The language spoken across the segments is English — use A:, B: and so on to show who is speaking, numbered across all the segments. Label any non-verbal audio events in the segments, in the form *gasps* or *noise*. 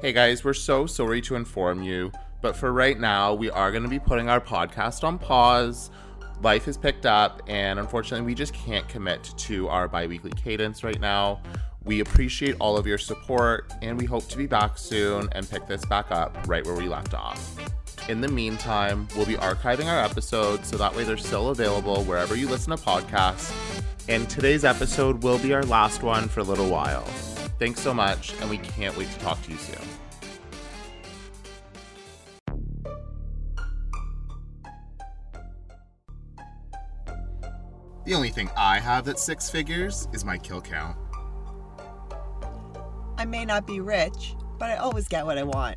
A: Hey guys, we're so sorry to inform you, but for right now, we are going to be putting our podcast on pause. Life has picked up, and unfortunately, we just can't commit to our bi weekly cadence right now. We appreciate all of your support, and we hope to be back soon and pick this back up right where we left off. In the meantime, we'll be archiving our episodes so that way they're still available wherever you listen to podcasts. And today's episode will be our last one for a little while. Thanks so much, and we can't wait to talk to you soon. The only thing I have that's six figures is my kill count. *laughs*
B: I may not be rich, but I always get what I want.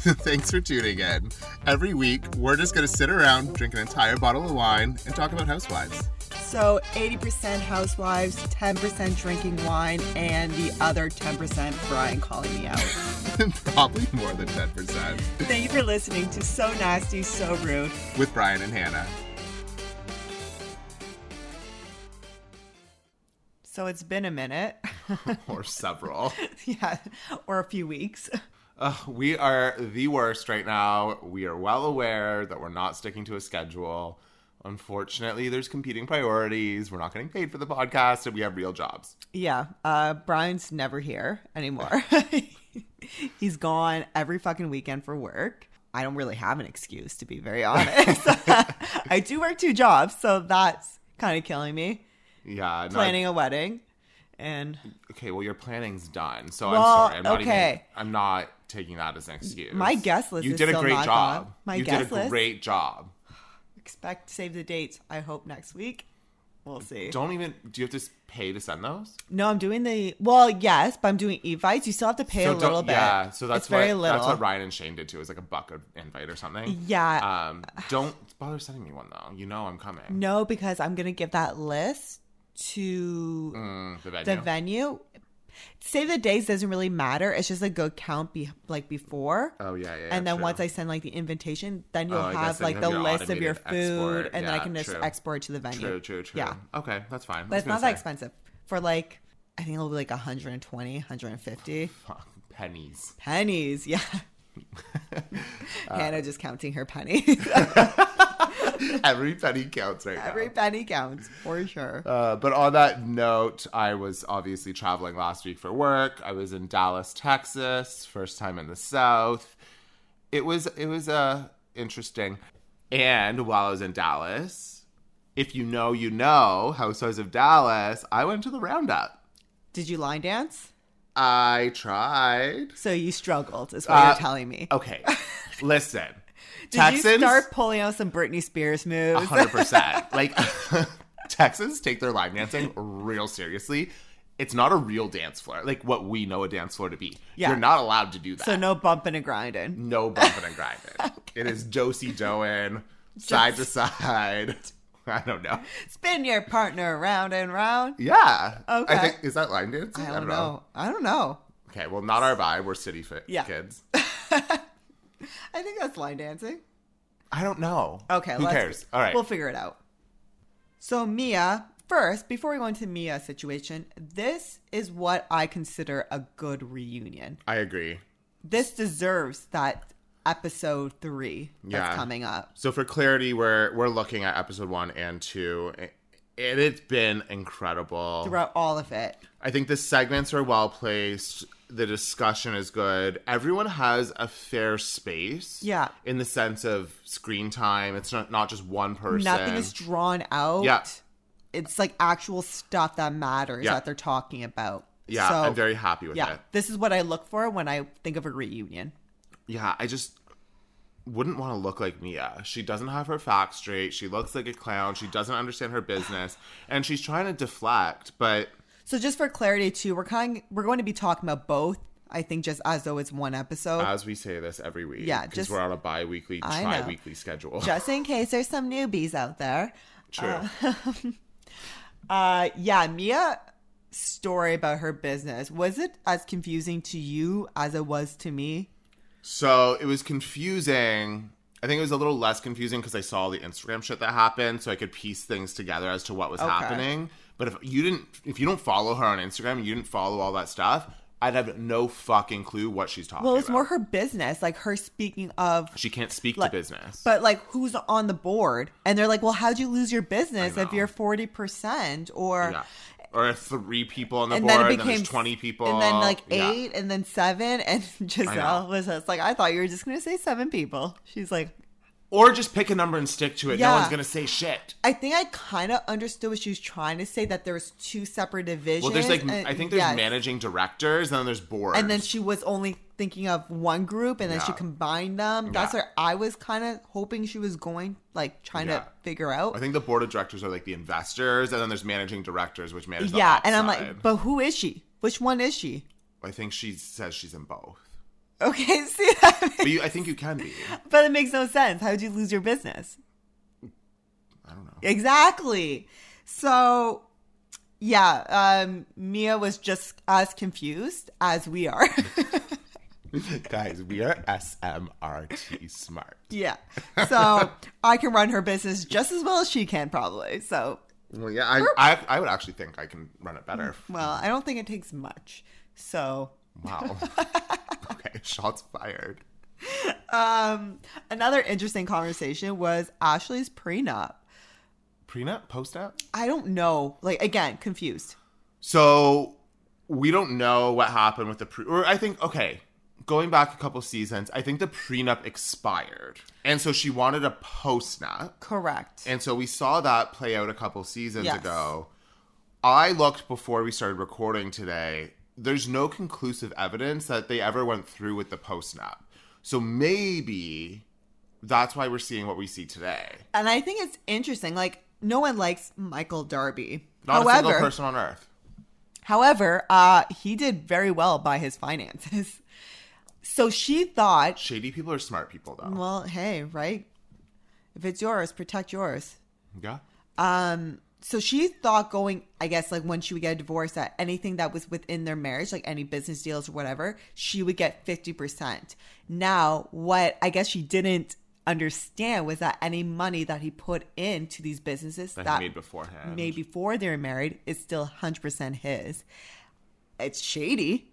A: Thanks for tuning in. Every week, we're just going to sit around, drink an entire bottle of wine, and talk about housewives. *laughs*
B: So 80% housewives, 10% drinking wine, and the other 10% Brian calling me out. *laughs*
A: Probably more than 10%.
B: Thank you for listening to So Nasty, So Rude.
A: With Brian and Hannah.
B: So it's been a minute. *laughs*
A: Or several.
B: yeah, or a few weeks.
A: Uh, we are the worst right now. We are well aware that we're not sticking to a schedule. Unfortunately, there's competing priorities. We're not getting paid for the podcast, and we have real jobs.
B: *laughs* Yeah, uh, Brian's never here *laughs* anymore. He's gone every fucking weekend for work. I don't really have an excuse, to be very honest. *laughs* I do work two jobs, so that's kind of killing me.
A: Yeah, no,
B: Planning a wedding and
A: okay, well, your planning's done, so
B: Well,
A: I'm sorry. I'm not even.
B: okay.
A: I'm not taking that as an excuse.
B: My guest list
A: You
B: is
A: did a
B: still
A: great
B: not
A: job.
B: gone. My
A: you
B: guest
A: did a
B: list?
A: great job.
B: expect save the dates. I hope next week. We'll see.
A: Don't even. Do you have to s- pay to send those?
B: No, I'm doing the well, yes, but I'm doing invites. You still have to pay a
A: don't-
B: little bit.
A: Yeah, so that's
B: it's very
A: what,
B: little.
A: That's what Ryan and Shane did too. It was like a buck of invite or something.
B: Yeah.
A: Um, don't bother sending me one though. You know I'm coming.
B: No, because I'm gonna give that list to
A: Mm, the
B: the
A: venue.
B: venue. Save the dates doesn't really matter. It's just a good count be like before.
A: oh yeah, yeah. yeah,
B: and then
A: true.
B: once I send like the invitation, then you'll
A: Oh, I guess
B: have
A: then you have
B: like the
A: your
B: list of your food,
A: automated export.
B: and then I
A: Yeah,
B: can just
A: true.
B: export to the venue.
A: True, true, true.
B: Yeah,
A: Okay, that's fine.
B: but
A: I
B: it's
A: was gonna
B: not that
A: say,
B: expensive for like I think it'll be like 120,
A: *laughs*
B: 150
A: Fuck, pennies. *laughs*
B: pennies. Yeah,
A: Uh,
B: Hannah just counting her pennies. *laughs*
A: Every penny counts right now.
B: Every penny counts for sure.
A: Uh, but on that note, I was obviously traveling last week for work. I was in Dallas, Texas, first time in the South. It was it was uh, interesting. And while I was in Dallas, if you know, you know, Housewives of Dallas, I went to the roundup.
B: Did you line dance?
A: I tried.
B: So you struggled, is what
A: Uh,
B: you're telling me. *laughs*
A: Okay, listen,
B: Did you start pulling out some Britney Spears
A: A
B: moves?
A: hundred percent. Like *laughs* Texans take their line dancing real seriously. It's not a real dance floor, like what we know a dance floor to be.
B: Yeah.
A: You're not allowed to do that.
B: So no bumping and grinding.
A: no bumping and
B: *laughs*
A: grinding. It is Josie doing side to side. *laughs* I don't
B: *laughs*
A: know.
B: Spin your partner round and round.
A: Yeah.
B: Okay.
A: I think is that line dancing?
B: I don't, know. I don't know.
A: Okay. Well, not our vibe. We're city fit
B: Yeah.
A: kids.
B: I think that's line dancing.
A: I don't know.
B: Okay,
A: Who
B: let's-
A: cares? All right.
B: We'll figure it out. So Mia, first, before we go into Mia's situation, this is what I consider a good reunion.
A: I agree.
B: This deserves that episode three that's
A: Yeah.
B: coming up.
A: So for clarity, we're we're looking at episode one and two, and it's been incredible.
B: Throughout all of it.
A: I think the segments are well placed. The discussion is good. Everyone has a fair space.
B: Yeah.
A: In the sense of screen time. It's not, not just one person.
B: Nothing is drawn out.
A: Yeah.
B: It's like actual stuff that matters
A: Yeah.
B: that they're talking about.
A: Yeah,
B: So,
A: I'm very happy with
B: yeah,
A: it.
B: this is what I look for when I think of a reunion.
A: Yeah, I just wouldn't want to look like Mia. She doesn't have her facts straight. She looks like a clown. She doesn't understand her business. And she's trying to deflect, but
B: So just for clarity too, we're kind we're going to be talking about both. I think just as though it's one episode.
A: as we say this every week,
B: Yeah,
A: because
B: just-
A: we're on a bi weekly,
B: I know.
A: tri weekly schedule.
B: just in case there's some newbies out there.
A: *laughs* True.
B: *laughs* Uh yeah, Mia story about her business. Was it as confusing to you as it was to me?
A: So it was confusing. I think it was a little less confusing because I saw all the Instagram shit that happened, so I could piece things together as to what was happening. But if you didn't, if you don't follow her on Instagram, you didn't follow all that stuff. I'd have no fucking clue what she's talking
B: Well, it's
A: about.
B: more her business, like her speaking of,
A: she can't speak
B: like-
A: to business.
B: but like who's on the board, and they're like, "Well, how'd you lose your business
A: I
B: if
A: know.
B: you're forty percent or?"
A: yeah. Or three people on the
B: And
A: board,
B: then it
A: and then
B: became
A: there's 20 people.
B: and then like
A: Yeah.
B: eight, and then seven, and *laughs* Giselle was just like, "I thought you were just gonna say seven people." She's like,
A: Or just pick a number and stick to it. No
B: Yeah.
A: one's going to say shit.
B: I think I kind of understood what she was trying to say that there was two separate divisions.
A: Well, there's like,
B: and-
A: I think there's
B: uh, yes.
A: managing directors, and then there's boards.
B: And then she was only thinking of one group, and then she
A: Yeah.
B: combined them. That's
A: Yeah.
B: what I was kind of hoping she was going, like trying
A: Yeah.
B: to figure out.
A: I think the board of directors are like the investors, and then there's managing directors, which manage the
B: yeah,
A: ops
B: and I'm
A: side.
B: like, but who is she? Which one is she?
A: I think she says she's in both.
B: Okay, *laughs* see that,
A: But you, I think you can
B: *laughs*
A: be.
B: but it makes no sense. How'd you lose your business?
A: I don't know.
B: Exactly. So, yeah, um, Mia was just as confused as we are. *laughs*
A: Guys, we are SMRT smart.
B: Yeah.
A: *laughs*
B: So I can run her business just as well as she can, probably. So,
A: Well, yeah, I, I, I would actually think I can run it
B: *laughs*
A: better.
B: well, I don't think it takes much. So,
A: Wow.
B: *laughs*
A: okay, shots fired.
B: um, another interesting conversation was Ashley's prenup.
A: Prenup? Post up?
B: I don't know. Like, again, confused.
A: So we don't know what happened with the pre. Or I think okay, going back a couple seasons, I think the prenup expired, and so she wanted a postnup,
B: Correct.
A: and so we saw that play out a couple seasons
B: Yes.
A: ago. I looked before we started recording today. There's no conclusive evidence that they ever went through with the postnup, so maybe that's why we're seeing what we see today.
B: and I think it's interesting. Like, no one likes Michael Darby.
A: Not a single
B: however,
A: person on earth.
B: however, uh, he did very well by his finances. *laughs* So she thought,
A: Shady people are smart people, though.
B: well, hey, right? If it's yours, protect yours.
A: yeah.
B: so she thought going i guess like when she would get a divorce that anything that was within their marriage like any business deals or whatever she would get 50% now what i guess she didn't understand was that any money that he put into these businesses
A: That,
B: that,
A: he made beforehand.
B: made before they were married is still 100% his it's shady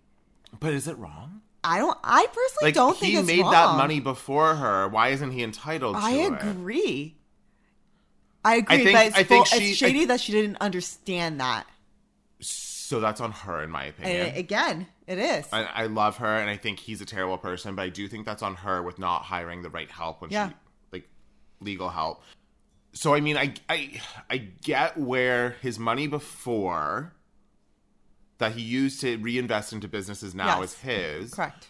A: But is it wrong?
B: i don't i personally
A: Like
B: don't
A: he
B: think it's
A: made
B: wrong.
A: that money before her. Why isn't he entitled
B: i
A: to it?
B: agree i agree
A: think-
B: but it's,
A: I think
B: full- it's
A: she- I-
B: shady that she didn't understand that
A: So that's on her, in my opinion.
B: and again it is
A: I, I love her, and I think he's a terrible person, but I do think that's on her with not hiring the right help when
B: Yeah.
A: she like legal help. So I mean, I I I get where his money before that he used to reinvest into businesses now
B: Yes.
A: is his.
B: correct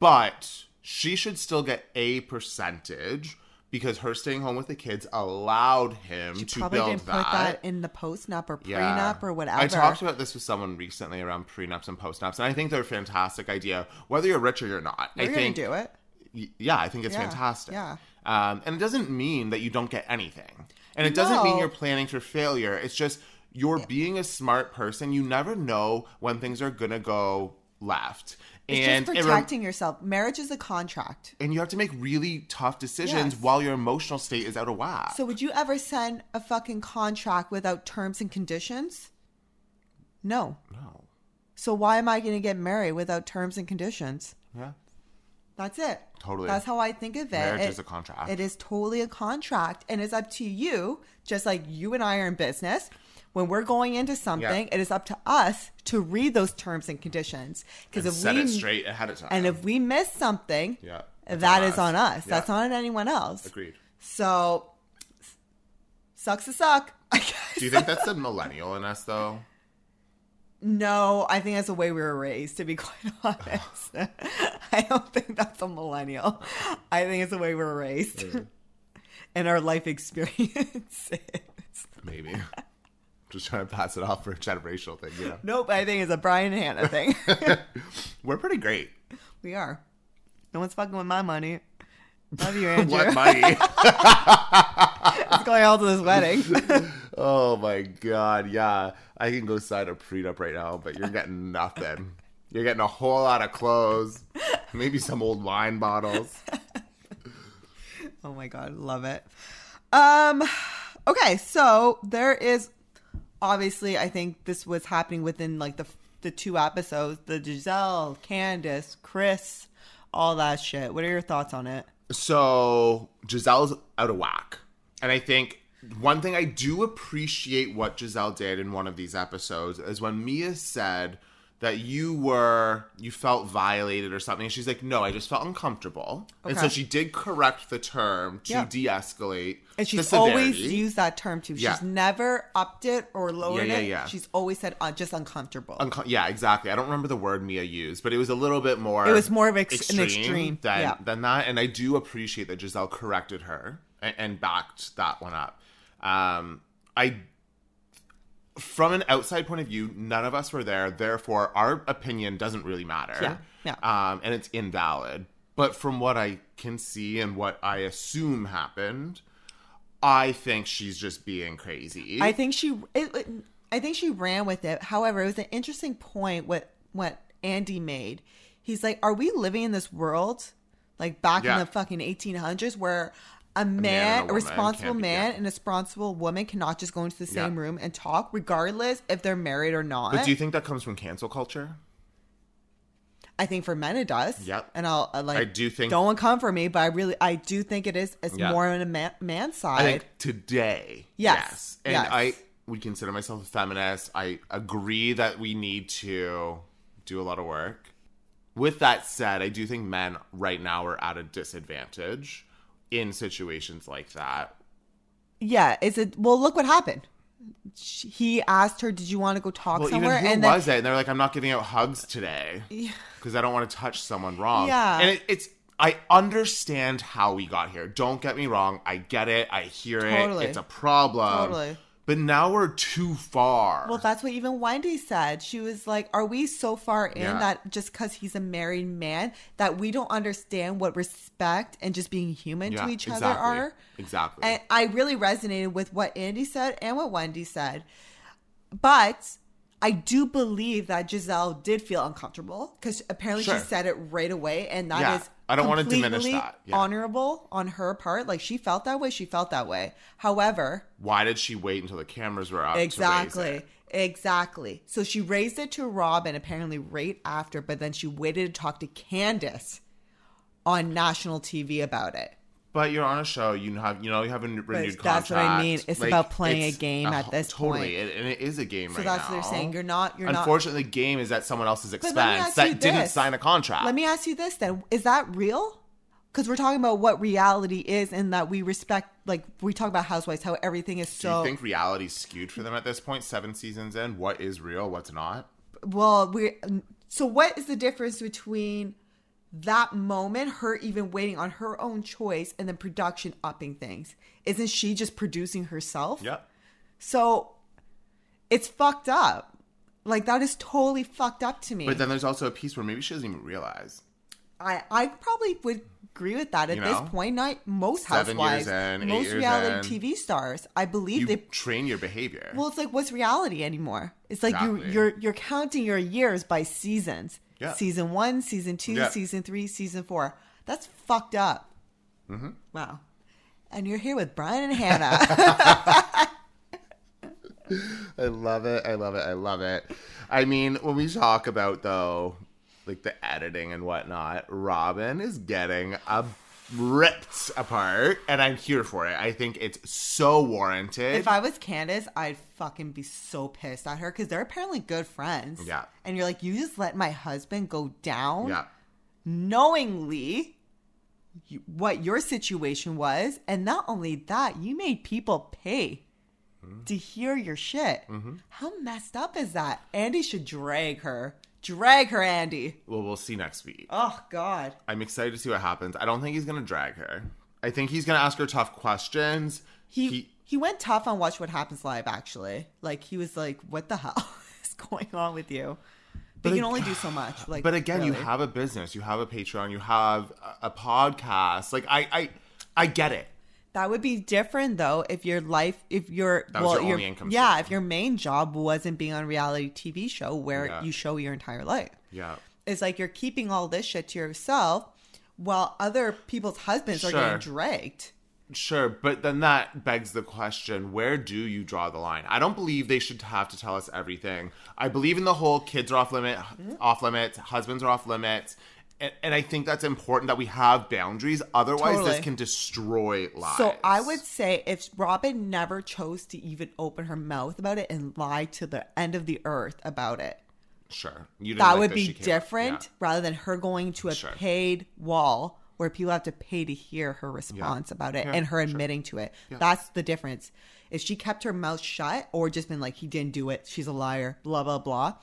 A: but she should still get a percentage because her staying home with the kids allowed him to
B: probably
A: build
B: didn't put that in the postnup or prenup or whatever.
A: I talked about this with someone recently around prenups and postnups, and I think they're a fantastic idea, whether you're rich or you're not.
B: You're
A: I
B: gonna
A: think,
B: do it.
A: y- yeah, I think it's
B: Yeah,
A: fantastic.
B: yeah.
A: Um, and it doesn't mean that you don't get anything, and it doesn't mean
B: No.
A: you're planning for failure. It's just you're being a smart person. You never know when things are gonna go left.
B: It's
A: and
B: just
A: it rem-
B: protecting yourself. Marriage is a contract.
A: and you have to make really tough decisions
B: Yes.
A: while your emotional state is out of whack.
B: So would you ever send a fucking contract without terms and conditions? No.
A: no,
B: So why am I gonna get married without terms and conditions?
A: yeah,
B: That's it.
A: Totally.
B: That's how I think of it.
A: Marriage
B: It-
A: is a contract.
B: It is totally a contract. And it's up to you, just like you and I are in business. When we're going into something, it is up to us to read those terms and conditions. Because if
A: set
B: we
A: it straight ahead of time.
B: And if we miss something,
A: Yeah, that's
B: that
A: on
B: is
A: us.
B: on us.
A: Yeah.
B: That's not on anyone else.
A: agreed.
B: So, s- sucks to suck. *laughs* I guess.
A: Do you think that's the millennial in us though?
B: No, I think that's the way we were raised, to be *laughs* quite honest. *laughs* I don't think that's a millennial. I think it's the way we were raised *laughs* and our life experiences. *laughs*
A: *laughs* Maybe. Just trying to pass it off for a generational thing, you know.
B: nope, I think it's a Brian and Hannah thing. *laughs*
A: We're pretty great.
B: we are. No one's fucking with my money. Love you, Andrew.
A: What money? *laughs*
B: it's going all to this wedding.
A: oh my god, yeah. I can go sign a prenup right now, but you're getting nothing. You're getting a whole lot of clothes, maybe some old wine bottles.
B: Oh my god, love it. Um okay, so there is obviously I think this was happening within like the the two episodes, the Giselle, Candace, Chris, all that shit. What are your thoughts on it?
A: So Giselle's out of whack. And I think one thing I do appreciate what Giselle did in one of these episodes is when Mia said that you were you felt violated or something. And she's like, No, I just felt uncomfortable. And so
B: Okay.
A: she did correct the term to
B: Yeah.
A: de escalate.
B: And she's always used that term too. She's
A: Yeah.
B: never upped it or lowered
A: yeah,
B: it.
A: yeah.
B: She's always said uh, just uncomfortable.
A: Unco- yeah, exactly. I don't remember the word Mia used, but it was a little bit more.
B: It was more of ex- an extreme,
A: than,
B: yeah.
A: than that. And I do appreciate that Giselle corrected her and, and backed that one up. Um, I, from an outside point of view, none of us were there. Therefore, our opinion doesn't really matter.
B: Yeah,
A: Um, and it's invalid. But from what I can see and what I assume happened, I think she's just being crazy.
B: I think she, it, it- I think she ran with it. However, it was an interesting point what what Andy made. He's like, "Are we living in this world, like back
A: Yeah.
B: in the fucking eighteen hundreds, where a man,
A: and a
B: a,
A: woman
B: responsible
A: can't be-
B: man,
A: yeah.
B: and a responsible woman cannot just go into the
A: Yeah.
B: same room and talk, regardless if they're married or not?"
A: but do you think that comes from cancel culture?
B: I think for men it does.
A: Yep.
B: And I'll uh, like.
A: I do think-
B: Don't come for me, but I really, I do think it is. It's
A: Yeah.
B: more on a man, man's
A: I
B: side.
A: think today.
B: Yes,
A: And
B: yes.
A: I would consider myself a feminist. I agree that we need to do a lot of work. With that said, I do think men right now are at a disadvantage in situations like that.
B: yeah. It's a well. Look what happened. She, he asked her, "Did you want to go talk
A: Well,
B: somewhere?"
A: even who
B: and then
A: was it? And they're like, I'm not giving out hugs today because I don't want to touch someone wrong.
B: Yeah.
A: And it, it's, I understand how we got here. Don't get me wrong. I get it. I hear
B: Totally.
A: it. It's a problem.
B: Totally.
A: But now we're too far.
B: Well, that's what even Wendy said. She was like, Are we so far in
A: Yeah.
B: that just because he's a married man that we don't understand what respect and just being human to each other are?
A: Exactly.
B: And I really resonated with what Andy said and what Wendy said. But I do believe that Giselle did feel uncomfortable because apparently
A: Sure.
B: she said it right away. And that is
A: Yeah. I don't wanna diminish
B: completely
A: that. Yeah.
B: honorable on her part. Like she felt that way. She felt that way. However,
A: Why did she wait until the cameras were up? to raise
B: Exactly.
A: it?
B: Exactly. So she raised it to Robin apparently right after, but then she waited to talk to Candace on national TV about it.
A: But you're on a show. You have you know you have a n- renewed contract.
B: that's what I mean. It's about playing a game at
A: ho-
B: this
A: totally,
B: point.
A: and- and it is a game
B: So
A: right
B: that's what
A: now.
B: they're saying. You're not you're not
A: Unfortunately, game is at someone else's
B: let
A: expense
B: me ask
A: that
B: you
A: didn't
B: this.
A: sign a contract.
B: Let me ask you this then. Is that real? Because we're talking about what reality is and that we respect like we talk about housewives, how everything is
A: Do
B: so
A: you think reality's skewed for them at this point? Seven seasons in, what is real, what's not?
B: well we so what is the difference between that moment her even waiting on her own choice and then production upping things isn't she just producing herself
A: Yep.
B: so it's fucked up like that is totally fucked up to me
A: But then there's also a piece where maybe she doesn't even realize.
B: i i probably would agree with that at
A: You know?
B: this point not most
A: Seven years
B: housewives
A: in, eight
B: most
A: years
B: reality
A: in.
B: tv stars i believe
A: You
B: they
A: train your behavior.
B: well, it's like what's reality anymore? It's like
A: Exactly.
B: you're you're you're counting your years by seasons.
A: Yeah.
B: Season one, season two,
A: Yeah.
B: season three, season four. That's fucked up. Mm-hmm. Wow. And you're here with Brian
A: *laughs*
B: and Hannah.
A: I love it. I love it. I love it. I mean, when we talk about though, like the editing and whatnot, Robin is getting a ripped apart, and I'm here for it. I think it's so warranted.
B: if I was Candace, I'd fucking be so pissed at her because they're apparently good friends.
A: Yeah.
B: And you're like, you just let my husband go down
A: yeah,
B: knowingly you- what your situation was. And not only that, you made people pay
A: Mm-hmm.
B: to hear your shit. How messed up is that? Andy should drag her. Drag her, Andy.
A: well, we'll see next week.
B: Oh, God.
A: I'm excited to see what happens. I don't think he's gonna drag her. I think he's gonna ask her tough questions.
B: He, he went tough on Watch What Happens Live, actually. Like, he was like, what the hell *laughs* is going on with you?
A: But
B: But, you can
A: ag-
B: only do so much.
A: *sighs*
B: Like,
A: but again, you
B: really.
A: have a business, you have a Patreon, you have a, a podcast. Like I, I, I get it.
B: That would be different though if your life if your
A: That was
B: well
A: your
B: your
A: only income
B: yeah,
A: stream.
B: if your main job wasn't being on a reality TV show where
A: Yeah.
B: you show your entire life.
A: Yeah.
B: It's like you're keeping all this shit to yourself while other people's husbands are
A: Sure.
B: getting dragged.
A: Sure, but then that begs the question where do you draw the line? I don't believe they should have to tell us everything. I believe in the whole kids are off limit,
B: Mm-hmm.
A: off limits, husbands are off limits. And, and I think that's important that we have boundaries. Otherwise,
B: Totally.
A: this can destroy lives.
B: So I would say if Robin never chose to even open her mouth about it and lie to the end of the earth about it,
A: Sure. You didn't
B: that
A: like
B: would
A: she
B: be
A: came up-
B: different
A: yeah.
B: rather than her going to a
A: Sure.
B: paid wall where people have to pay to hear her response about it
A: Yeah,
B: and her admitting to it. That's the difference. If she kept her mouth shut or just been like, he didn't do it, she's a liar, blah, blah, blah.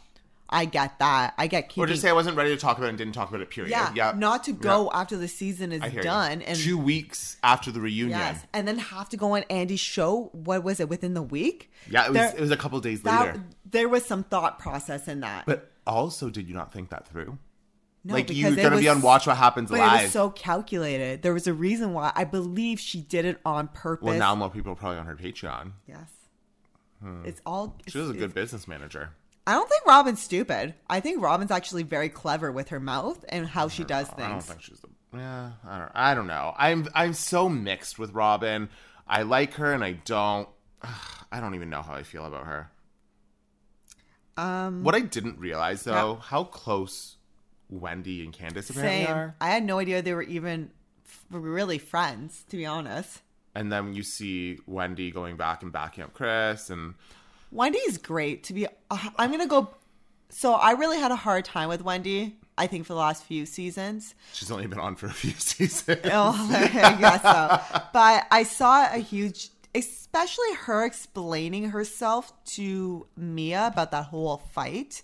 B: I get that. I get keeping.
A: Or just say I wasn't ready to talk about it and didn't talk about it, period.
B: yeah,
A: Yeah.
B: not to
A: Yeah.
B: go after the season is
A: I hear you.
B: done and
A: two weeks after the reunion.
B: Yes, and then have to go on Andy's show. What was it within the week?
A: Yeah, it was,
B: There-
A: it was a couple days
B: that-
A: later.
B: there was some thought process in that.
A: But also, did you not think that through?
B: no,
A: like
B: because
A: you're
B: it
A: gonna be
B: was-
A: on Watch What Happens
B: But
A: Live.
B: it was so calculated. There was a reason why. I believe she did it on purpose.
A: well, now more people are probably on her Patreon.
B: yes, it's all.
A: She was a
B: it's-
A: good business manager.
B: I don't think Robin's stupid. I think Robin's actually very clever with her mouth and how she does
A: I don't
B: things.
A: think she's the. Yeah, I don't. I don't know. I'm I'm so mixed with Robin. I like her and I don't. *sighs* I don't even know how I feel about her.
B: Um,
A: What I didn't realize though, how close Wendy and Candace apparently
B: same.
A: are.
B: I had no idea they were even f- really friends. To be honest,
A: And then you see Wendy going back and backing up Chris, and
B: Wendy's great to be. Uh, I'm gonna go. So I really had a hard time with Wendy. I think for the last few seasons.
A: she's only been on for a few *laughs* seasons.
B: Oh, *laughs* I guess so. But I saw a huge, especially her explaining herself to Mia about that whole fight,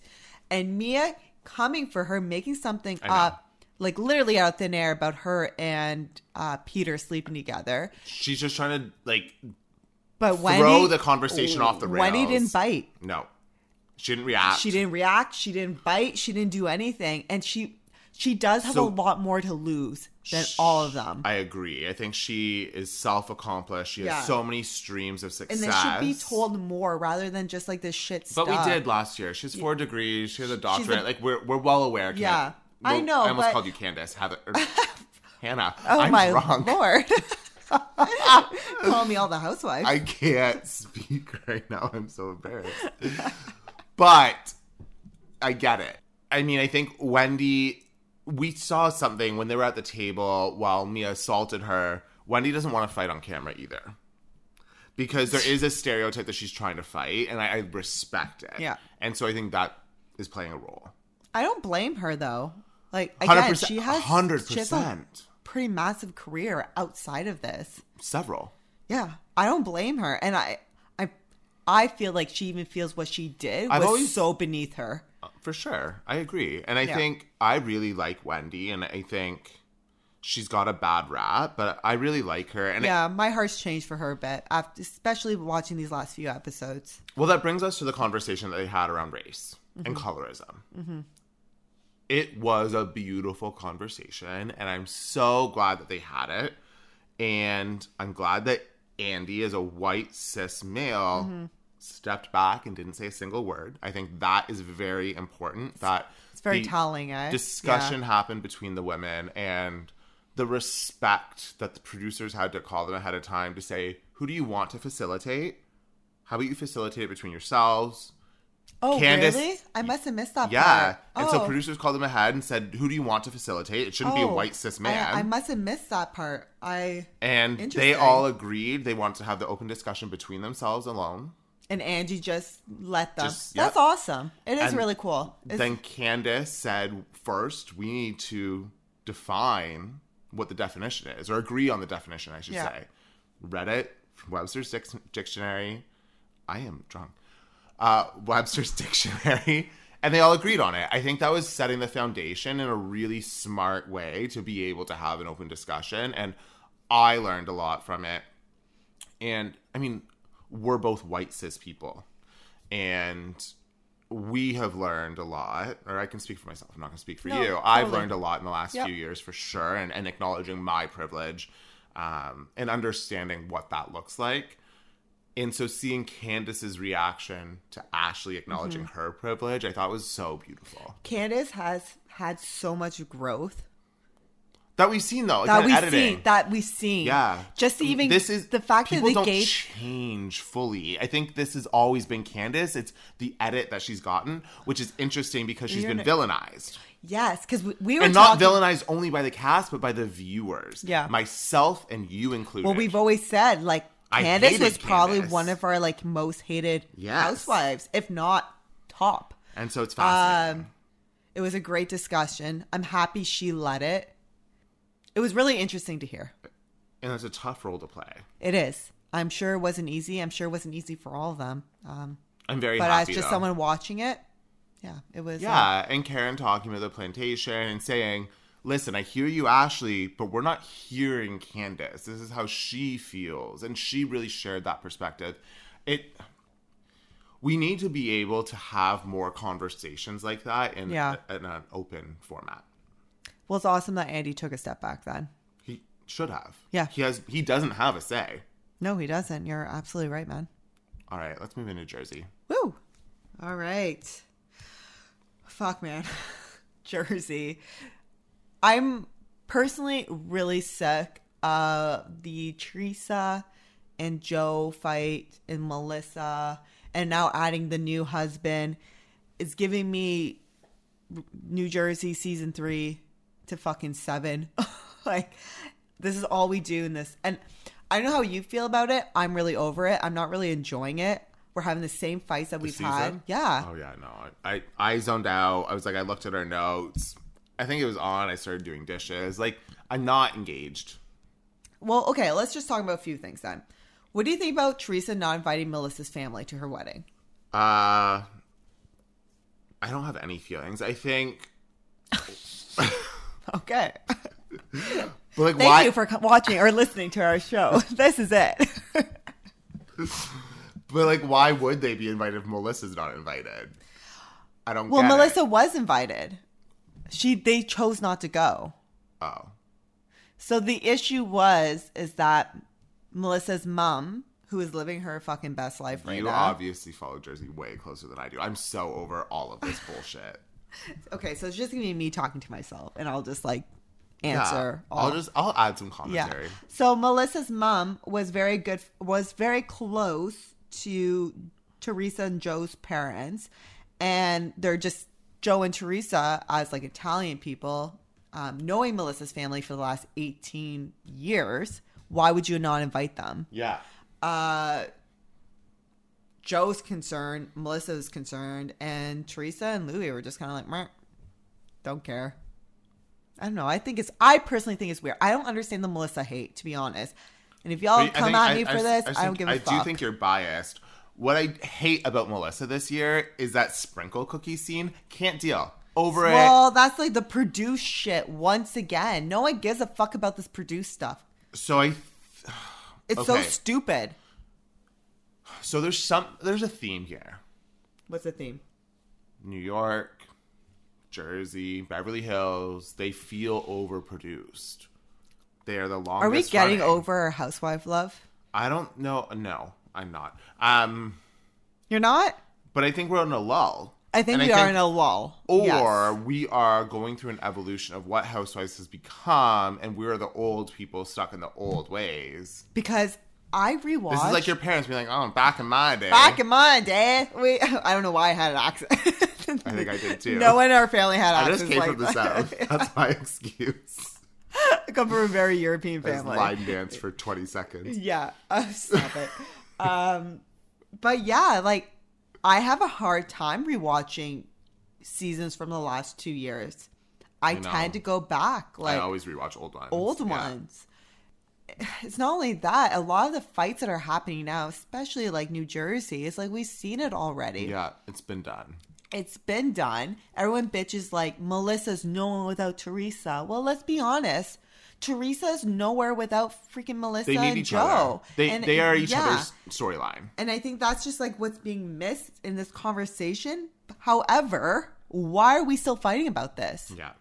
B: and Mia coming for her, making something
A: know.
B: up, like literally out of thin air about her and uh, Peter sleeping together.
A: She's just trying to like
B: But when
A: throw the conversation off the rails.
B: Wendy didn't bite.
A: No, she didn't react.
B: she didn't react she didn't bite she didn't do anything and she she does have
A: So-
B: a lot more to lose than all of them
A: I agree. I think she is self accomplished. She
B: Yeah.
A: has so many streams of success.
B: and they should be told more rather than just like this shit
A: But
B: stuff
A: we did last year. She's four degrees. She has a doctorate.
B: a-
A: like we're we're well aware. Can-
B: Yeah. I
A: well,
B: know,
A: I almost
B: but-
A: called you Candace. Heather.
B: *laughs*
A: Or Hannah.
B: oh
A: I'm
B: my
A: drunk. *laughs*
B: lord *laughs* call me all the housewives
A: I can't speak right now. I'm so embarrassed. but I get it. I mean, I think Wendy, we saw something when they were at the table while Mia assaulted her. Wendy doesn't want to fight on camera either. Because there is a stereotype that she's trying to fight, and I, I respect it.
B: Yeah.
A: And so I think that is playing a role.
B: i don't blame her though like again
A: 100%.
B: she has she has a
A: 100%.
B: pretty massive career outside of this
A: Several.
B: yeah i don't blame her and i i i feel like she even feels what she did
A: I've
B: was
A: always-
B: so beneath her
A: For sure. I agree. And I
B: Yeah.
A: think I really like Wendy and I think she's got a bad rap, but I really like her. And
B: yeah, my heart's changed for her a bit, after, especially watching these last few episodes.
A: well, that brings us to the conversation that they had around race and
B: Mm-hmm.
A: colorism. It was a beautiful conversation and I'm so glad that they had it. And I'm glad that Andy as a white cis male
B: Mm-hmm.
A: stepped back and didn't say a single word. I think that is very important that
B: It's very
A: the-
B: telling, eh?
A: discussion happened between the women and the respect that the producers had to call them ahead of time to say, who do you want to facilitate? How about you facilitate it between yourselves?
B: Yeah. Oh,
A: Candace-
B: really? I must have missed that.
A: Yeah.
B: part.
A: And so
B: Oh.
A: producers called them ahead and said, who do you want to facilitate? It shouldn't be a
B: Oh.
A: white cis
B: I-
A: man.
B: I, must have missed that part. I
A: and they
B: Interesting.
A: all agreed they want to have the open discussion between themselves alone.
B: and Angie just let them.
A: Just-
B: That's
A: yeah.
B: awesome. It is
A: And
B: really cool. It's-
A: then Candace said, first, we need to define what the definition is, or agree on the definition, I should
B: Yeah.
A: say. Reddit, from Webster's Dic- Dictionary. I am drunk. Uh, Webster's *laughs* Dictionary. And they all agreed on it. I think that was setting the foundation in a really smart way to be able to have an open discussion. And I learned a lot from it and I mean, we're both white cis people, and we have learned a lot. Or I can speak for myself. I'm not going to speak for
B: No,
A: you. I've
B: totally.
A: learned a lot in the last
B: Yep.
A: few years for sure, and, and acknowledging my privilege, um, and understanding what that looks like. And so, seeing Candace's reaction to Ashley acknowledging
B: Mm-hmm.
A: her privilege, I thought was so beautiful.
B: Candace has had so much growth.
A: that we've seen though.
B: that
A: again,
B: we've
A: editing.
B: seen that we've seen.
A: Yeah.
B: Just even
A: this is
B: the fact that
A: people
B: they
A: don't
B: gave
A: change fully. I think this has always been Candace. It's the edit that she's gotten, which is interesting because she's
B: You're
A: been
B: not-
A: villainized,
B: yes, because we, we were
A: and not
B: talking-
A: villainized only by the cast, but by the viewers.
B: Yeah.
A: myself and you included.
B: Well, we've always said like
A: I
B: Candace
A: hated
B: was probably
A: Candace.
B: one of our like most hated
A: Yes.
B: housewives, if not top.
A: and so it's fascinating.
B: Um, it was a great discussion. I'm happy she led it. It was really interesting to hear.
A: and it's a tough role to play.
B: It is. I'm sure it wasn't easy. I'm sure it wasn't easy for all of them. Um,
A: I'm very
B: but as
A: happy.
B: just
A: though.
B: someone watching it, yeah, it was. uh,
A: Yeah, and Karen talking about the plantation and saying, "Listen, I hear you, Ashley, but we're not hearing Candace. This is how she feels." And she really shared that perspective. It we need to be able to have more conversations like that in,
B: Yeah.
A: in an open format.
B: well, it's awesome that Andy took a step back then.
A: He should have.
B: Yeah.
A: He has he doesn't have a say.
B: No, he doesn't. You're absolutely right, man.
A: All right, let's move into Jersey.
B: Woo! All right. Fuck, man. *laughs* Jersey. I'm personally really sick of the Teresa and Joe fight and Melissa, and now adding the new husband. It's giving me New Jersey season three to fucking seven. *laughs* like, this is all we do in this. And I know how you feel about it. I'm really over it. I'm not really enjoying it. We're having the same fights that we've had.
A: season?
B: Yeah.
A: Oh yeah, no. I, I I zoned out. I was like I looked at our notes. I think it was on. I started doing dishes. Like I'm not engaged.
B: Well, okay, let's just talk about a few things then. What do you think about Teresa not inviting Melissa's family to her wedding? *laughs*
A: Uh I don't have any feelings. I think
B: Okay.
A: but like
B: Thank
A: why
B: you for co- watching or listening to our show. *laughs* this is it.
A: but like why would they be invited if Melissa's not invited? I don't
B: well,
A: get it.
B: Melissa was invited. She they chose not to go.
A: Oh.
B: So the issue was is that Melissa's mom, who is living her fucking best life right
A: You
B: now.
A: obviously follow Jersey way closer than I do. I'm so over all of this bullshit.
B: okay, so it's just gonna be me talking to myself, and I'll just like answer.
A: Yeah.
B: all.
A: I'll just I'll add some
B: Yeah.
A: commentary.
B: So Melissa's mom was very good, was very close to Teresa and Joe's parents, and they're just Joe and Teresa as like Italian people, um, knowing Melissa's family for the last eighteen years. Why would you not invite them?
A: Yeah.
B: Joe's concerned, Melissa's concerned, and Teresa and Louie were just kind of like, Meh, don't care. I don't know. I think it's. I personally think it's weird. I don't understand the Melissa hate, to be honest. And if y'all
A: But I
B: Oh, come
A: think-
B: at
A: I-
B: me
A: I
B: for
A: s-
B: this, I,
A: I
B: don't
A: think-
B: give a
A: I
B: fuck.
A: do think you're biased. What I hate about Melissa this year is that sprinkle cookie scene. Can't deal. Over
B: well, that's like the produce shit once again. No one gives a fuck about this produce stuff.
A: it. So I
B: It's so
A: Okay.
B: stupid.
A: so there's some there's a theme here.
B: What's the theme?
A: New York, Jersey, Beverly Hills, they feel overproduced. They are the longest
B: Are we getting
A: running.
B: over our housewife love?
A: I don't know. No, I'm not. Um
B: You're not.
A: but I think we're in a lull.
B: I think
A: And
B: we are in a lull.
A: or
B: Yes.
A: we are going through an evolution of what housewives has become and we're the old people stuck in the old ways
B: because I rewatched.
A: this is like your parents being like oh back in my day
B: Back in my day, we *laughs* I don't know why I had an accent. I
A: think I did
B: *laughs*
A: too.
B: No one in our family had
A: i
B: accents.
A: just came
B: like
A: from the
B: that.
A: south that's my excuse
B: *laughs* I come from a very European
A: I just
B: family. *laughs*
A: line dance for 20 seconds
B: Yeah, uh, stop it. um, but yeah, like I have a hard time rewatching seasons from the last two years. I,
A: know.
B: tend to go back,
A: i
B: like
A: always rewatch old ones
B: old
A: Yeah.
B: ones. *sighs* It's not only that; a lot of the fights that are happening now, especially like New Jersey, it's like we've seen it already.
A: yeah it's been done
B: it's been done. Everyone bitches like Melissa's no one without Teresa. Well, let's be honest. Teresa's nowhere without freaking Melissa
A: they need
B: and
A: each
B: Joe.
A: other they,
B: And-
A: they are each
B: yeah.
A: other's storyline
B: And I think that's just like what's being missed in this conversation. However, why are we still fighting about this?
A: yeah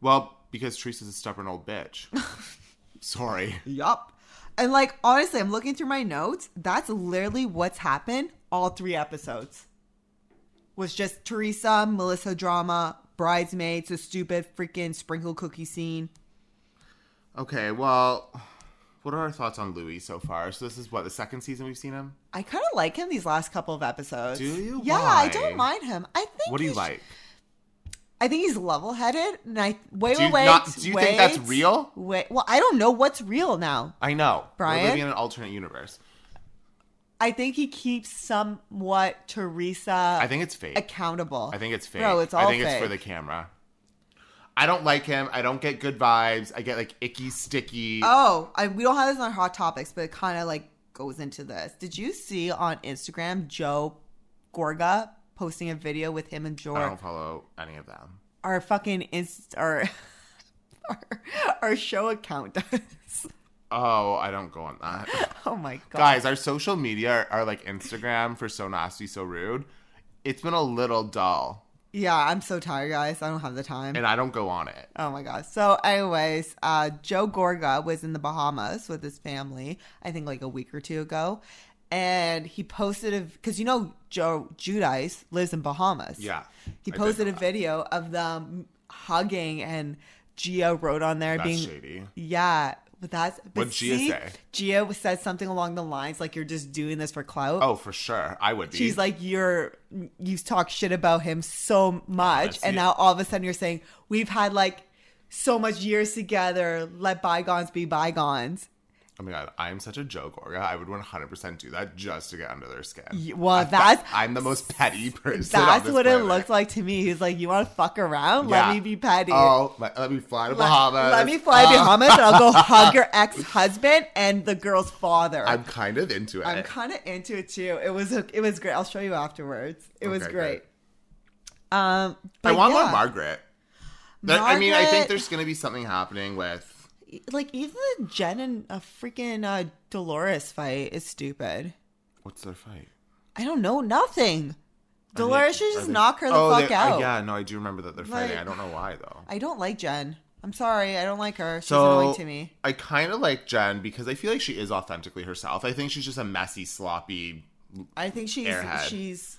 A: well because teresa's a stubborn old
B: *laughs*
A: bitch sorry
B: Yup. And like honestly, I'm looking through my notes. That's literally what's happened all three episodes. Was just Teresa, Melissa drama, bridesmaids, the stupid freaking sprinkle cookie scene.
A: Okay, well, what are our thoughts on Louis so far? So this is what the second season we've seen him.
B: I kind of like him these last couple of episodes.
A: Do you?
B: Yeah, I don't
A: Why?
B: mind him. I think.
A: What do you
B: he's-
A: like?
B: I think he's level-headed, and I wait,
A: Do you
B: wait,
A: not-
B: wait,
A: do you think that's
B: wait,
A: real?
B: Wait, well, I don't know what's real now.
A: I know.
B: Brian?
A: We're living in an alternate universe.
B: I think he keeps somewhat Teresa
A: I think it's fake.
B: accountable.
A: I think it's fake.
B: Bro, it's all
A: I think it's
B: fake.
A: for the camera. I don't like him. I don't get good vibes. I get like icky, sticky.
B: Oh, I, we don't have this on hot topics, but it kind of like goes into this. Did you see on Instagram Joe Gorga posting a video with him and
A: I
B: Jor?
A: don't follow any of them.
B: Our fucking inst our, *laughs* our our show account does. *laughs*
A: Oh, I don't go on that.
B: Oh my god,
A: Guys, our social media are, are like Instagram for so nasty, so rude. It's been a little dull,
B: Yeah, I'm so tired, guys. I don't have the time.
A: and I don't go on it.
B: Oh my gosh. So, anyways, uh, Joe Gorga was in the Bahamas with his family, I think like a week or two ago. And he posted a, because you know, Joe Judice lives in Bahamas.
A: Yeah,
B: He
A: I did
B: posted
A: know
B: a
A: that.
B: video of them hugging, and Gio wrote on there
A: That's
B: being,
A: shady.
B: yeah. But that's but
A: What'd Gia
B: see,
A: say?
B: Gia said something along the lines like, "You're just doing this for clout."
A: Oh, for sure. I would be.
B: She's like, you're you talk shit about him so much,
A: That's
B: and
A: it.
B: now all of a sudden you're saying we've had like so much years together. Let bygones be bygones.
A: oh my god, I'm such a Joe Gorga. I would 100% do that just to get under their skin.
B: Y- Well, that's
A: I'm the most petty person. on
B: that's
A: this
B: what it
A: planet.
B: looked like to me. He's like, you want to fuck around?
A: Yeah.
B: Let me be petty.
A: Oh, let, let me fly to
B: Let-
A: Bahamas.
B: Let me fly to
A: Uh,
B: Bahamas
A: *laughs*
B: and I'll go hug your ex husband and the girl's father.
A: I'm kind of into it.
B: I'm kind of into it too. It was it was great. I'll show you afterwards. It was
A: Okay,
B: great.
A: good.
B: Um,
A: I
B: but
A: want
B: yeah.
A: more Margaret. That- I mean, I
B: Margaret-
A: think there's going to be something happening with.
B: like even the Jen and a freaking uh, Dolores fight is stupid.
A: What's their fight?
B: I don't know nothing. Dolores should
A: Are
B: just
A: they-
B: knock her the
A: Oh,
B: fuck
A: they-
B: out.
A: Oh, yeah, no, I do remember that they're fighting.
B: Like-
A: I don't know why though.
B: I don't like Jen. I'm sorry, I don't like her. She's
A: So
B: annoying to me.
A: I kind of like Jen because I feel like she is authentically herself. I think she's just a messy, sloppy.
B: I think she's
A: Airhead.
B: she's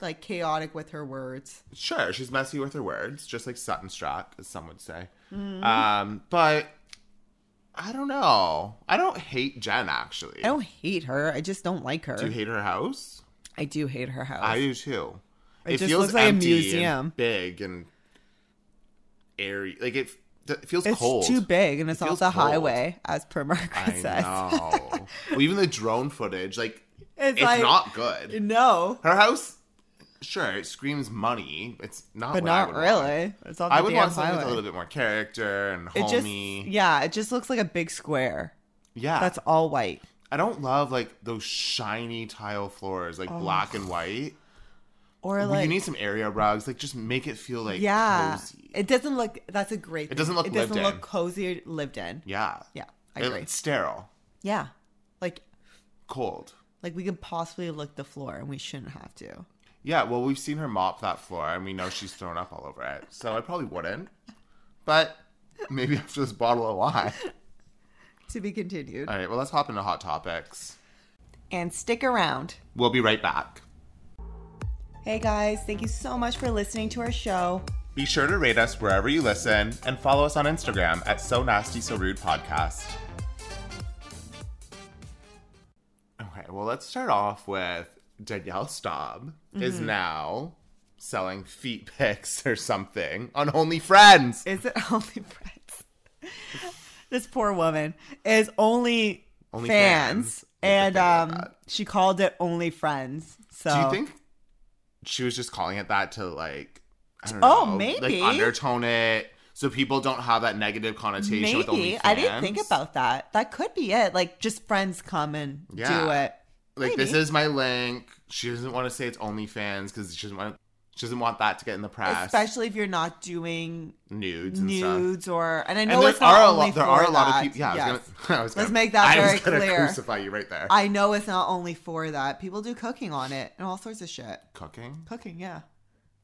B: like chaotic with her words.
A: Sure, she's messy with her words, just like Sutton Strack, as some would say. Um, but I don't know. I don't hate Jen actually.
B: I don't hate her. I just don't like her.
A: Do you hate her house?
B: I do hate her house.
A: I do too.
B: It just looks like a
A: empty and
B: museum.
A: big and airy. Like it, it feels
B: it's
A: cold.
B: too big and it's off
A: feels
B: the
A: cold.
B: highway, as per Margaret
A: I
B: says.
A: know. well, even the drone footage, like
B: *laughs* It's
A: it's,
B: like-
A: not good.
B: No,
A: Her house, sure, it screams money. It's not,
B: but
A: what I
B: not
A: would Want.
B: really. It's off the
A: I would
B: damn
A: want something
B: highway.
A: with a little bit more character and
B: it just
A: homey.
B: yeah, it just looks like a big square.
A: yeah,
B: That's all white.
A: I don't love like those shiny tile floors, like black and white.
B: Or
A: Well,
B: Oh. like
A: you need some area rugs. Like just make it feel like
B: yeah,
A: cozy.
B: it doesn't look. That's a great. It
A: doesn't look
B: It doesn't
A: lived
B: look
A: in.
B: cozy or lived in.
A: Yeah.
B: Yeah, I
A: It-
B: agree.
A: It's sterile,
B: yeah, like
A: cold.
B: like we could possibly lick the floor and we shouldn't have to.
A: Yeah, well, we've seen her mop that floor and we know she's thrown up all over it. So I probably wouldn't. But maybe *laughs* after this bottle of wine.
B: To be continued.
A: All right, well, let's hop into Hot Topics.
B: and stick around.
A: We'll be right back.
B: Hey guys, thank you so much for listening to our show.
A: Be sure to rate us wherever you listen and follow us on Instagram at So Nasty So Rude Podcast. Okay, well, let's start off with Danielle Staub
B: Mm-hmm.
A: is now selling feet pics or something on OnlyFriends.
B: Is it *laughs* OnlyFans? this poor woman is only,
A: Only
B: fans,
A: fans.
B: and
A: I
B: um,
A: think about
B: she called it Only Friends. So
A: Do you think she was just calling it that to like I don't know,
B: Oh, maybe.
A: like undertone it so people don't have that negative connotation with
B: Maybe
A: OnlyFans?
B: I didn't think about that. That could be it. Like just friends come and do
A: Yeah.
B: it.
A: like this
B: maybe.
A: is my link. She doesn't want to say it's OnlyFans because she doesn't want she doesn't want that to get in the press,
B: Especially if you're not doing
A: nudes and stuff.
B: nudes or and I know
A: And there
B: it's not
A: are a
B: only
A: lot. There
B: for
A: are a lot
B: that.
A: of people. Yeah, I was
B: Yes.
A: gonna. *laughs* I was
B: Let's
A: gonna-
B: make that
A: I was
B: very
A: gonna
B: clear.
A: Crucify you right there.
B: I know it's not only for that. People do cooking on it and all sorts of shit.
A: Cooking.
B: Cooking, yeah.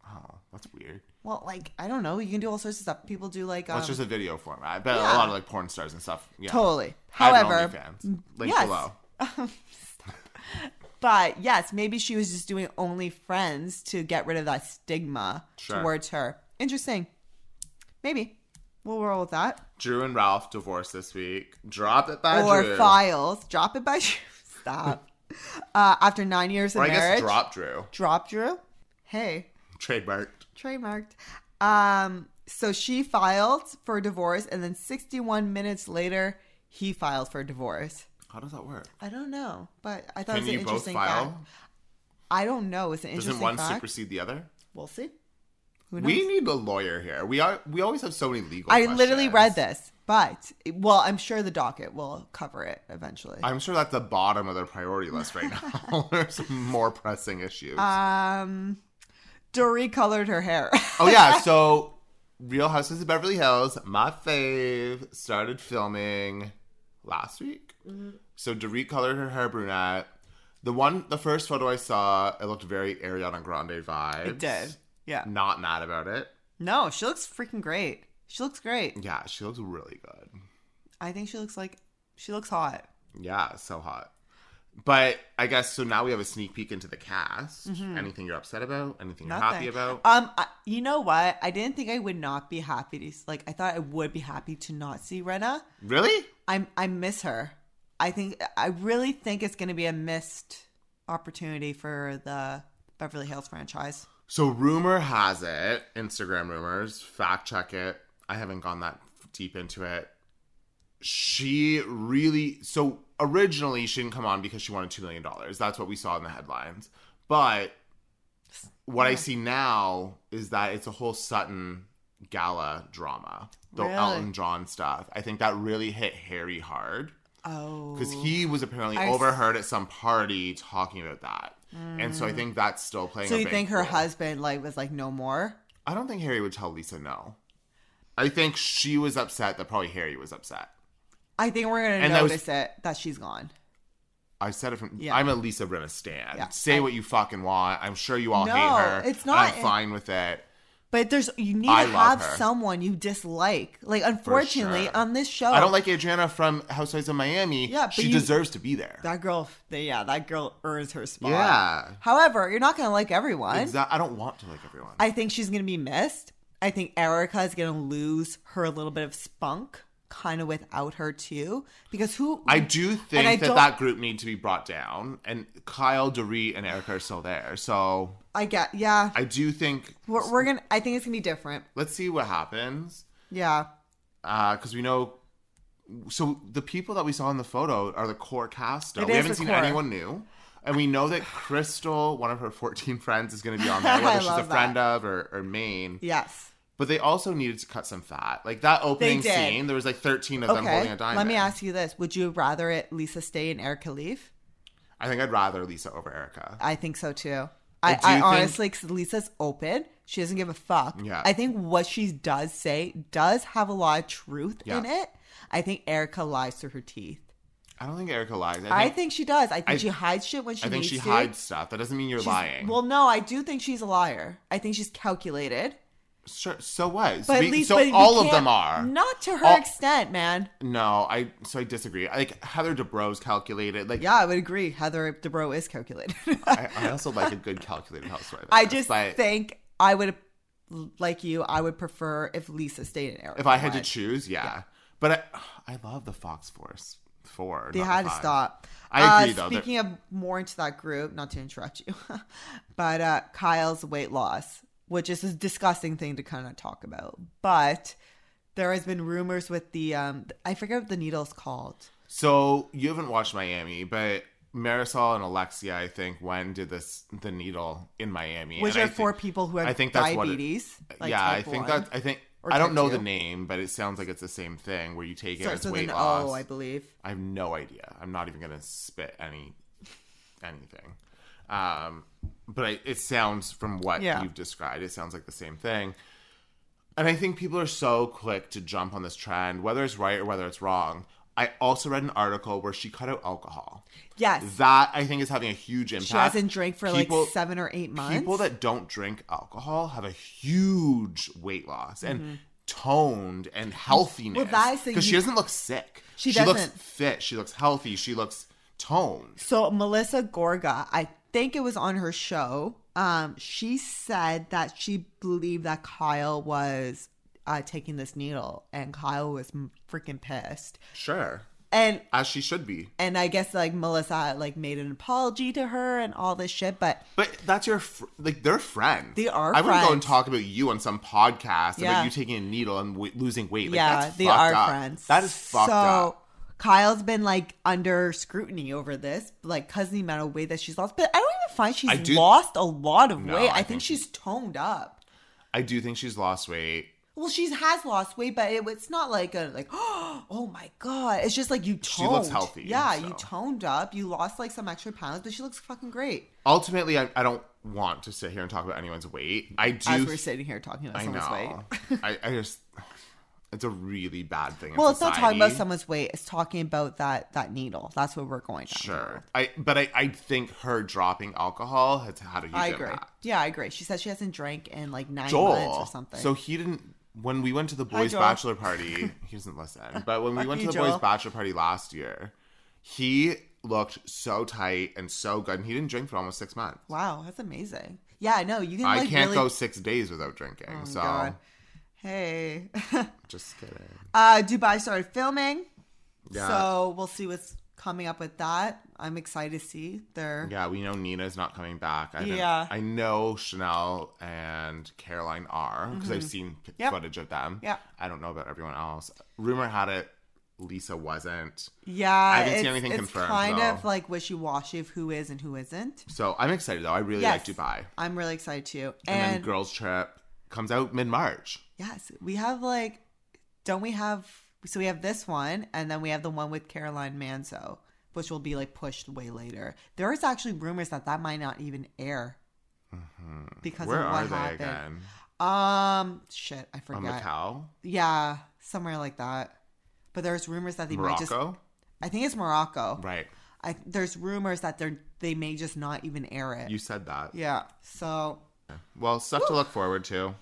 A: Oh, that's weird.
B: Well, like I don't know. You can do all sorts of stuff. People do like um,
A: That's just a video format. I bet a
B: yeah.
A: lot of like porn stars and stuff. Yeah.
B: totally.
A: I have an
B: However,
A: OnlyFans. Link
B: yes.
A: below.
B: But yes, maybe she was just doing only friends to get rid of that stigma
A: Sure.
B: towards her. Interesting. Maybe. We'll roll with that.
A: Drew and Ralph divorced this week. Drop it by
B: or
A: Drew.
B: files. Drop it by *laughs* Drew. Stop. uh, after nine years of
A: Or I
B: marriage,
A: guess drop Drew.
B: drop Drew. Hey,
A: Trademarked.
B: trademarked. Um, so she filed for divorce, and then 61 minutes later, he filed for divorce.
A: How does that work?
B: I don't know, but I
A: Can
B: thought it was an
A: you both
B: interesting fact.
A: file?
B: I don't know. It's an
A: Doesn't
B: interesting
A: one
B: fact.
A: supersede the other?
B: we'll see. Who knows?
A: We need a lawyer here. We are. We always have so many legal.
B: I literally
A: questions.
B: read this, but well, I'm sure the docket will cover it eventually.
A: I'm sure that's the bottom of their priority list right
B: *laughs*
A: now. *laughs* There's more pressing issues.
B: um, Dory colored her hair. *laughs*
A: oh yeah, so Real Houses of Beverly Hills, my fave, started filming last week.
B: Mm-hmm.
A: So Dorit colored her hair brunette. The one, the first photo I saw, it looked very Ariana Grande vibes.
B: it did. Yeah.
A: Not mad about it.
B: No, she looks freaking great. She looks great.
A: Yeah, she looks really good.
B: I think she looks like she looks hot.
A: Yeah, so hot. But I guess so. Now we have a sneak peek into the cast. Anything you're upset about? Anything you're happy
B: Nothing.
A: about?
B: Um, I, you know what? I didn't think I would not be happy to s- like. I thought I would be happy to not see Rena.
A: really?
B: I'm I miss her. I think I really think it's going to be a missed opportunity for the Beverly Hills franchise.
A: So rumor has it, Instagram rumors, fact check it. I haven't gone that deep into it. She really so originally she didn't come on because she wanted 2 million dollars. That's what we saw in the headlines. But what I see now is that it's a whole Sutton gala drama. The
B: Really?
A: Elton John stuff. I think that really hit Harry hard
B: Oh,
A: because he was apparently
B: I s-
A: overheard at some party talking about that. And so I think that's still playing
B: Mm. so
A: a
B: you
A: big
B: think her
A: role.
B: husband like was like no more?
A: I don't think Harry would tell Lisa no. I think she was upset that probably Harry was upset.
B: I think we're going to
A: And that was-
B: notice it that she's gone.
A: I said it from.
B: Yeah.
A: I'm a Lisa Rinna stan.
B: Yeah.
A: Say what you fucking want. I'm sure you all
B: No,
A: hate her.
B: it's
A: and
B: not-
A: I'm fine with it.
B: But there's you need
A: I
B: to
A: love
B: have
A: her.
B: someone you dislike. Like unfortunately
A: sure.
B: on this show,
A: I don't like Adriana from Housewives of Miami.
B: Oh. Yeah, but
A: she
B: you-
A: deserves to be there.
B: that girl. Yeah, that girl earns her spot.
A: yeah.
B: However, you're not going to like everyone.
A: Exa- I don't want to like everyone.
B: I think she's going to be missed. I think Erica is going to lose her little bit of spunk kind of without her too because who
A: I do think
B: I
A: that
B: don't-
A: that group need to be brought down, and Kyle, Doree, and Erica are still there. So
B: I get yeah
A: I do think
B: we're, we're going to I think it's going to be different.
A: let's see what happens.
B: Yeah.
A: because Uh, we know. So the people that we saw in the photo are the core cast. Though.
B: It
A: We
B: is
A: haven't
B: the
A: seen
B: core.
A: anyone new, and we know that Crystal, one of her fourteen *laughs* friends, is going to be on
B: *laughs*
A: there, whether
B: I
A: she's a
B: love
A: friend of or, or main.
B: Yes.
A: But they also needed to cut some fat. Like that opening
B: did.
A: scene, there was like thirteen of them holding
B: Okay.
A: a diamond.
B: Let me ask you this. Would you rather it Lisa stay and Erica leave?
A: I think I'd rather Lisa over Erica.
B: I think so too.
A: I
B: I,
A: do
B: I,
A: think-
B: honestly, 'cause Lisa's open. She doesn't give a fuck.
A: Yeah.
B: I think what she does say does have a lot of truth
A: Yeah.
B: in it. I think Erica lies through her teeth.
A: I don't think Erica lies. I think,
B: I think she does. I think
A: I-
B: she hides shit when she
A: I think
B: needs
A: she
B: to.
A: hides stuff. That doesn't mean you're
B: She's-
A: lying.
B: Well, no, I do think she's a liar. I think she's calculated.
A: sure. So what?
B: But
A: so
B: at least,
A: so
B: but we
A: all of them
B: can't-
A: are.
B: not to her
A: All-
B: extent, man.
A: No, I so I disagree. Like Heather DeBro's calculated. Like
B: Yeah, I would agree. Heather Dubrow is calculated. *laughs*
A: I, I also like a good calculated housewife.
B: I
A: guess,
B: just
A: but
B: think I would, like you, I would prefer if Lisa stayed in Erica.
A: if I had to
B: won.
A: choose, yeah. But I, I love the Fox Force four.
B: they
A: not
B: had
A: the
B: to
A: five.
B: stop.
A: I agree,
B: uh,
A: though. They're-
B: Speaking of more into that group, not to interrupt you, *laughs* but uh, Kyle's weight loss, which is a disgusting thing to kind of talk about, but there has been rumors with the um, I forget what the needle's called.
A: So you haven't watched Miami, but Marisol and Alexia, I think, when did this the needle in Miami?
B: Which
A: And I
B: are for
A: think-
B: people who have
A: I think that's what it-
B: diabetes. like
A: yeah, I
B: type
A: think
B: 1.
A: that I think
B: Or
A: I don't
B: type
A: know
B: two.
A: the name, but it sounds like it's the same thing where you take it
B: starts
A: as
B: with
A: weight
B: an
A: loss.
B: O, oh, I believe.
A: I have no idea. I'm not even gonna spit any anything. Um, but I, it sounds from what
B: Yeah.
A: you've described, it sounds like the same thing. And I think people are so quick to jump on this trend, whether it's right or whether it's wrong. I also read an article where she cut out alcohol.
B: Yes,
A: That I think is having a huge impact.
B: she hasn't drank for
A: People-
B: like seven or eight months.
A: People that don't drink alcohol have a huge weight loss and toned and healthiness.
B: Mm-hmm. Well, that is the-
A: because she doesn't look sick.
B: She
A: looks
B: doesn't.
A: fit. She looks healthy. She looks toned.
B: So Melissa Gorga, I think it was on her show. Um, she said that she believed that Kyle was uh, taking this needle, and Kyle was m- freaking pissed.
A: Sure.
B: And
A: As she should be.
B: and I guess like Melissa like made an apology to her and all this shit, but
A: But that's your fr- like they're friends.
B: They are
A: I wouldn't go and
B: friends.
A: talk about you on some podcast
B: Yeah.
A: about you taking a needle and w- losing weight. Like,
B: yeah,
A: that's
B: they
A: fucked
B: are
A: up.
B: friends.
A: That is fucked
B: so,
A: up.
B: Kyle's been like under scrutiny over this, like because of the amount of weight that she's lost. But I don't even find
A: I
B: she's
A: do-
B: lost a lot of
A: No,
B: weight.
A: I
B: I,
A: think
B: think, she's toned up.
A: I do think she's lost weight.
B: Well, she has lost weight, but it, it's not like a like. *gasps* Oh my god! It's just like you toned.
A: looks healthy,
B: Yeah, you
A: so.
B: toned up. You lost like some extra pounds, but she looks fucking great.
A: Ultimately, I, I don't want to sit here and talk about anyone's weight. I do.
B: As we're sitting here talking about
A: I
B: someone's
A: know.
B: weight. *laughs*
A: I, I just. It's a really bad thing. in
B: Well, it's not talking about
A: society.
B: someone's weight. It's talking about that that needle. That's what we're going. Down.
A: Sure. I but I, I think her dropping alcohol has had a huge
B: I agree.
A: impact.
B: Yeah, I agree. She said she hasn't drank in like nine months
A: Joel.
B: or something.
A: So he didn't. When we went to the boys'
B: Joel.
A: bachelor
B: *laughs*
A: party, he doesn't listen. But when we went to
B: you,
A: the boys'
B: Joel.
A: bachelor party last year, he looked so tight and so good, and he didn't drink for almost six months.
B: wow, that's amazing. Yeah, no, you can.
A: I
B: like,
A: can't
B: really...
A: go six days without drinking.
B: Oh my
A: so
B: God. Hey, *laughs*
A: just kidding.
B: uh, Dubai started filming,
A: Yeah.
B: so we'll see what's coming up with that. I'm excited to see their.
A: Yeah, we know Nina's not coming back. I haven't-
B: Yeah.
A: I know Chanel and Caroline are because I've seen p-
B: Mm-hmm. Yep.
A: footage of them.
B: Yep.
A: I don't know about everyone else. Rumor had it Lisa wasn't.
B: Yeah,
A: I haven't seen
B: it's-
A: anything
B: it's
A: confirmed,
B: Kind
A: though.
B: of like wishy washy of who is and who isn't.
A: So I'm excited though. I really
B: Yes.
A: like Dubai.
B: I'm really excited too.
A: And,
B: And,
A: then Girls Trip comes out mid March.
B: yes, we have like, don't we have? So we have this one, and then we have the one with Caroline Manzo, which will be like pushed way later. There is actually rumors that that might not even air because
A: Mm-hmm. Where
B: of what
A: are they
B: happened.
A: again?
B: Um, shit, I
A: On
B: forgot.
A: Macau,
B: Yeah, somewhere like that. But there's rumors that they might just.
A: Morocco,
B: I think it's Morocco.
A: right?
B: I there's rumors that they're they may just not even air it.
A: You said that.
B: yeah. So
A: Well, stuff to look forward to.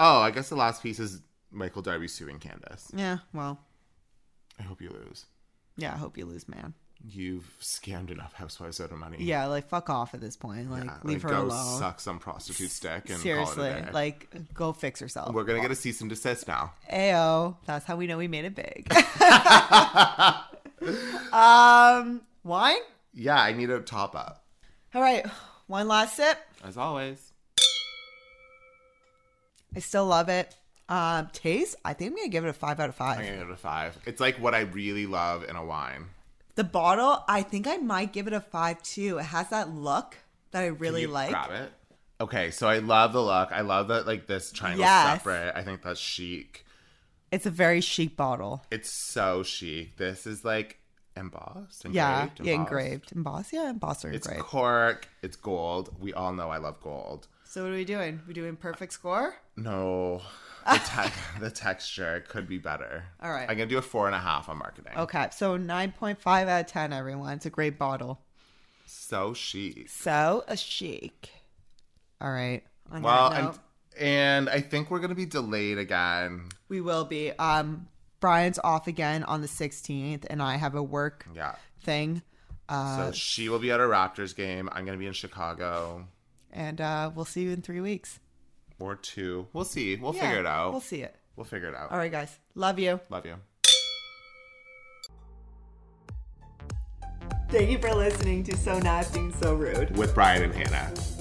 A: Oh, I guess the last piece is Michael Darby suing Candace.
B: yeah, well,
A: I hope you lose.
B: yeah. I hope you lose, man.
A: You've scammed enough housewives out of money.
B: Yeah, like fuck off at this point. Like
A: Yeah,
B: leave
A: like,
B: her
A: go
B: alone.
A: Suck some prostitute's dick and
B: Seriously,
A: call it a day.
B: like uh, go fix herself.
A: We're gonna get a cease and desist
B: *laughs*
A: now.
B: Ayo, that's how we know we made it big. *laughs* um, wine.
A: Yeah, I need a top up.
B: All right, one last sip.
A: As always.
B: I still love it. Um, taste, I think I'm gonna give it a five out of five.
A: I'm gonna give it a five. It's like what I really love in a wine.
B: The bottle, I think I might give it a five too. It has that look that I really
A: Can you
B: like.
A: Grab it. Okay, so I love the look. I love that like this triangle
B: Yes.
A: separate. I think that's chic.
B: It's a very chic bottle.
A: It's so chic. This is like embossed. Engraved,
B: yeah, yeah,
A: embossed.
B: engraved, embossed. Yeah, embossed or
A: It's
B: engraved.
A: cork. It's gold. We all know I love gold.
B: So what are we doing? We doing perfect score? *laughs*
A: No, the, te- the texture could be better.
B: All right.
A: I'm gonna do a four and a half on marketing.
B: Okay, so nine point five out of ten, everyone. It's a great bottle.
A: So chic.
B: So a chic. All right. On
A: Well,
B: that note,
A: and and I think we're gonna be delayed again.
B: we will be. Um, Brian's off again on the sixteenth, and I have a work
A: Yeah.
B: thing. Uh,
A: So she will be at a Raptors game. I'm gonna be in Chicago.
B: and uh, we'll see you in three weeks.
A: or two. We'll see. We'll
B: Yeah,
A: figure it out.
B: We'll
A: We'll,
B: see it.
A: figure it out.
B: All right, guys. Love you.
A: Love you.
B: Thank you for listening to So Not Being So Rude.
A: With Brian and Hannah.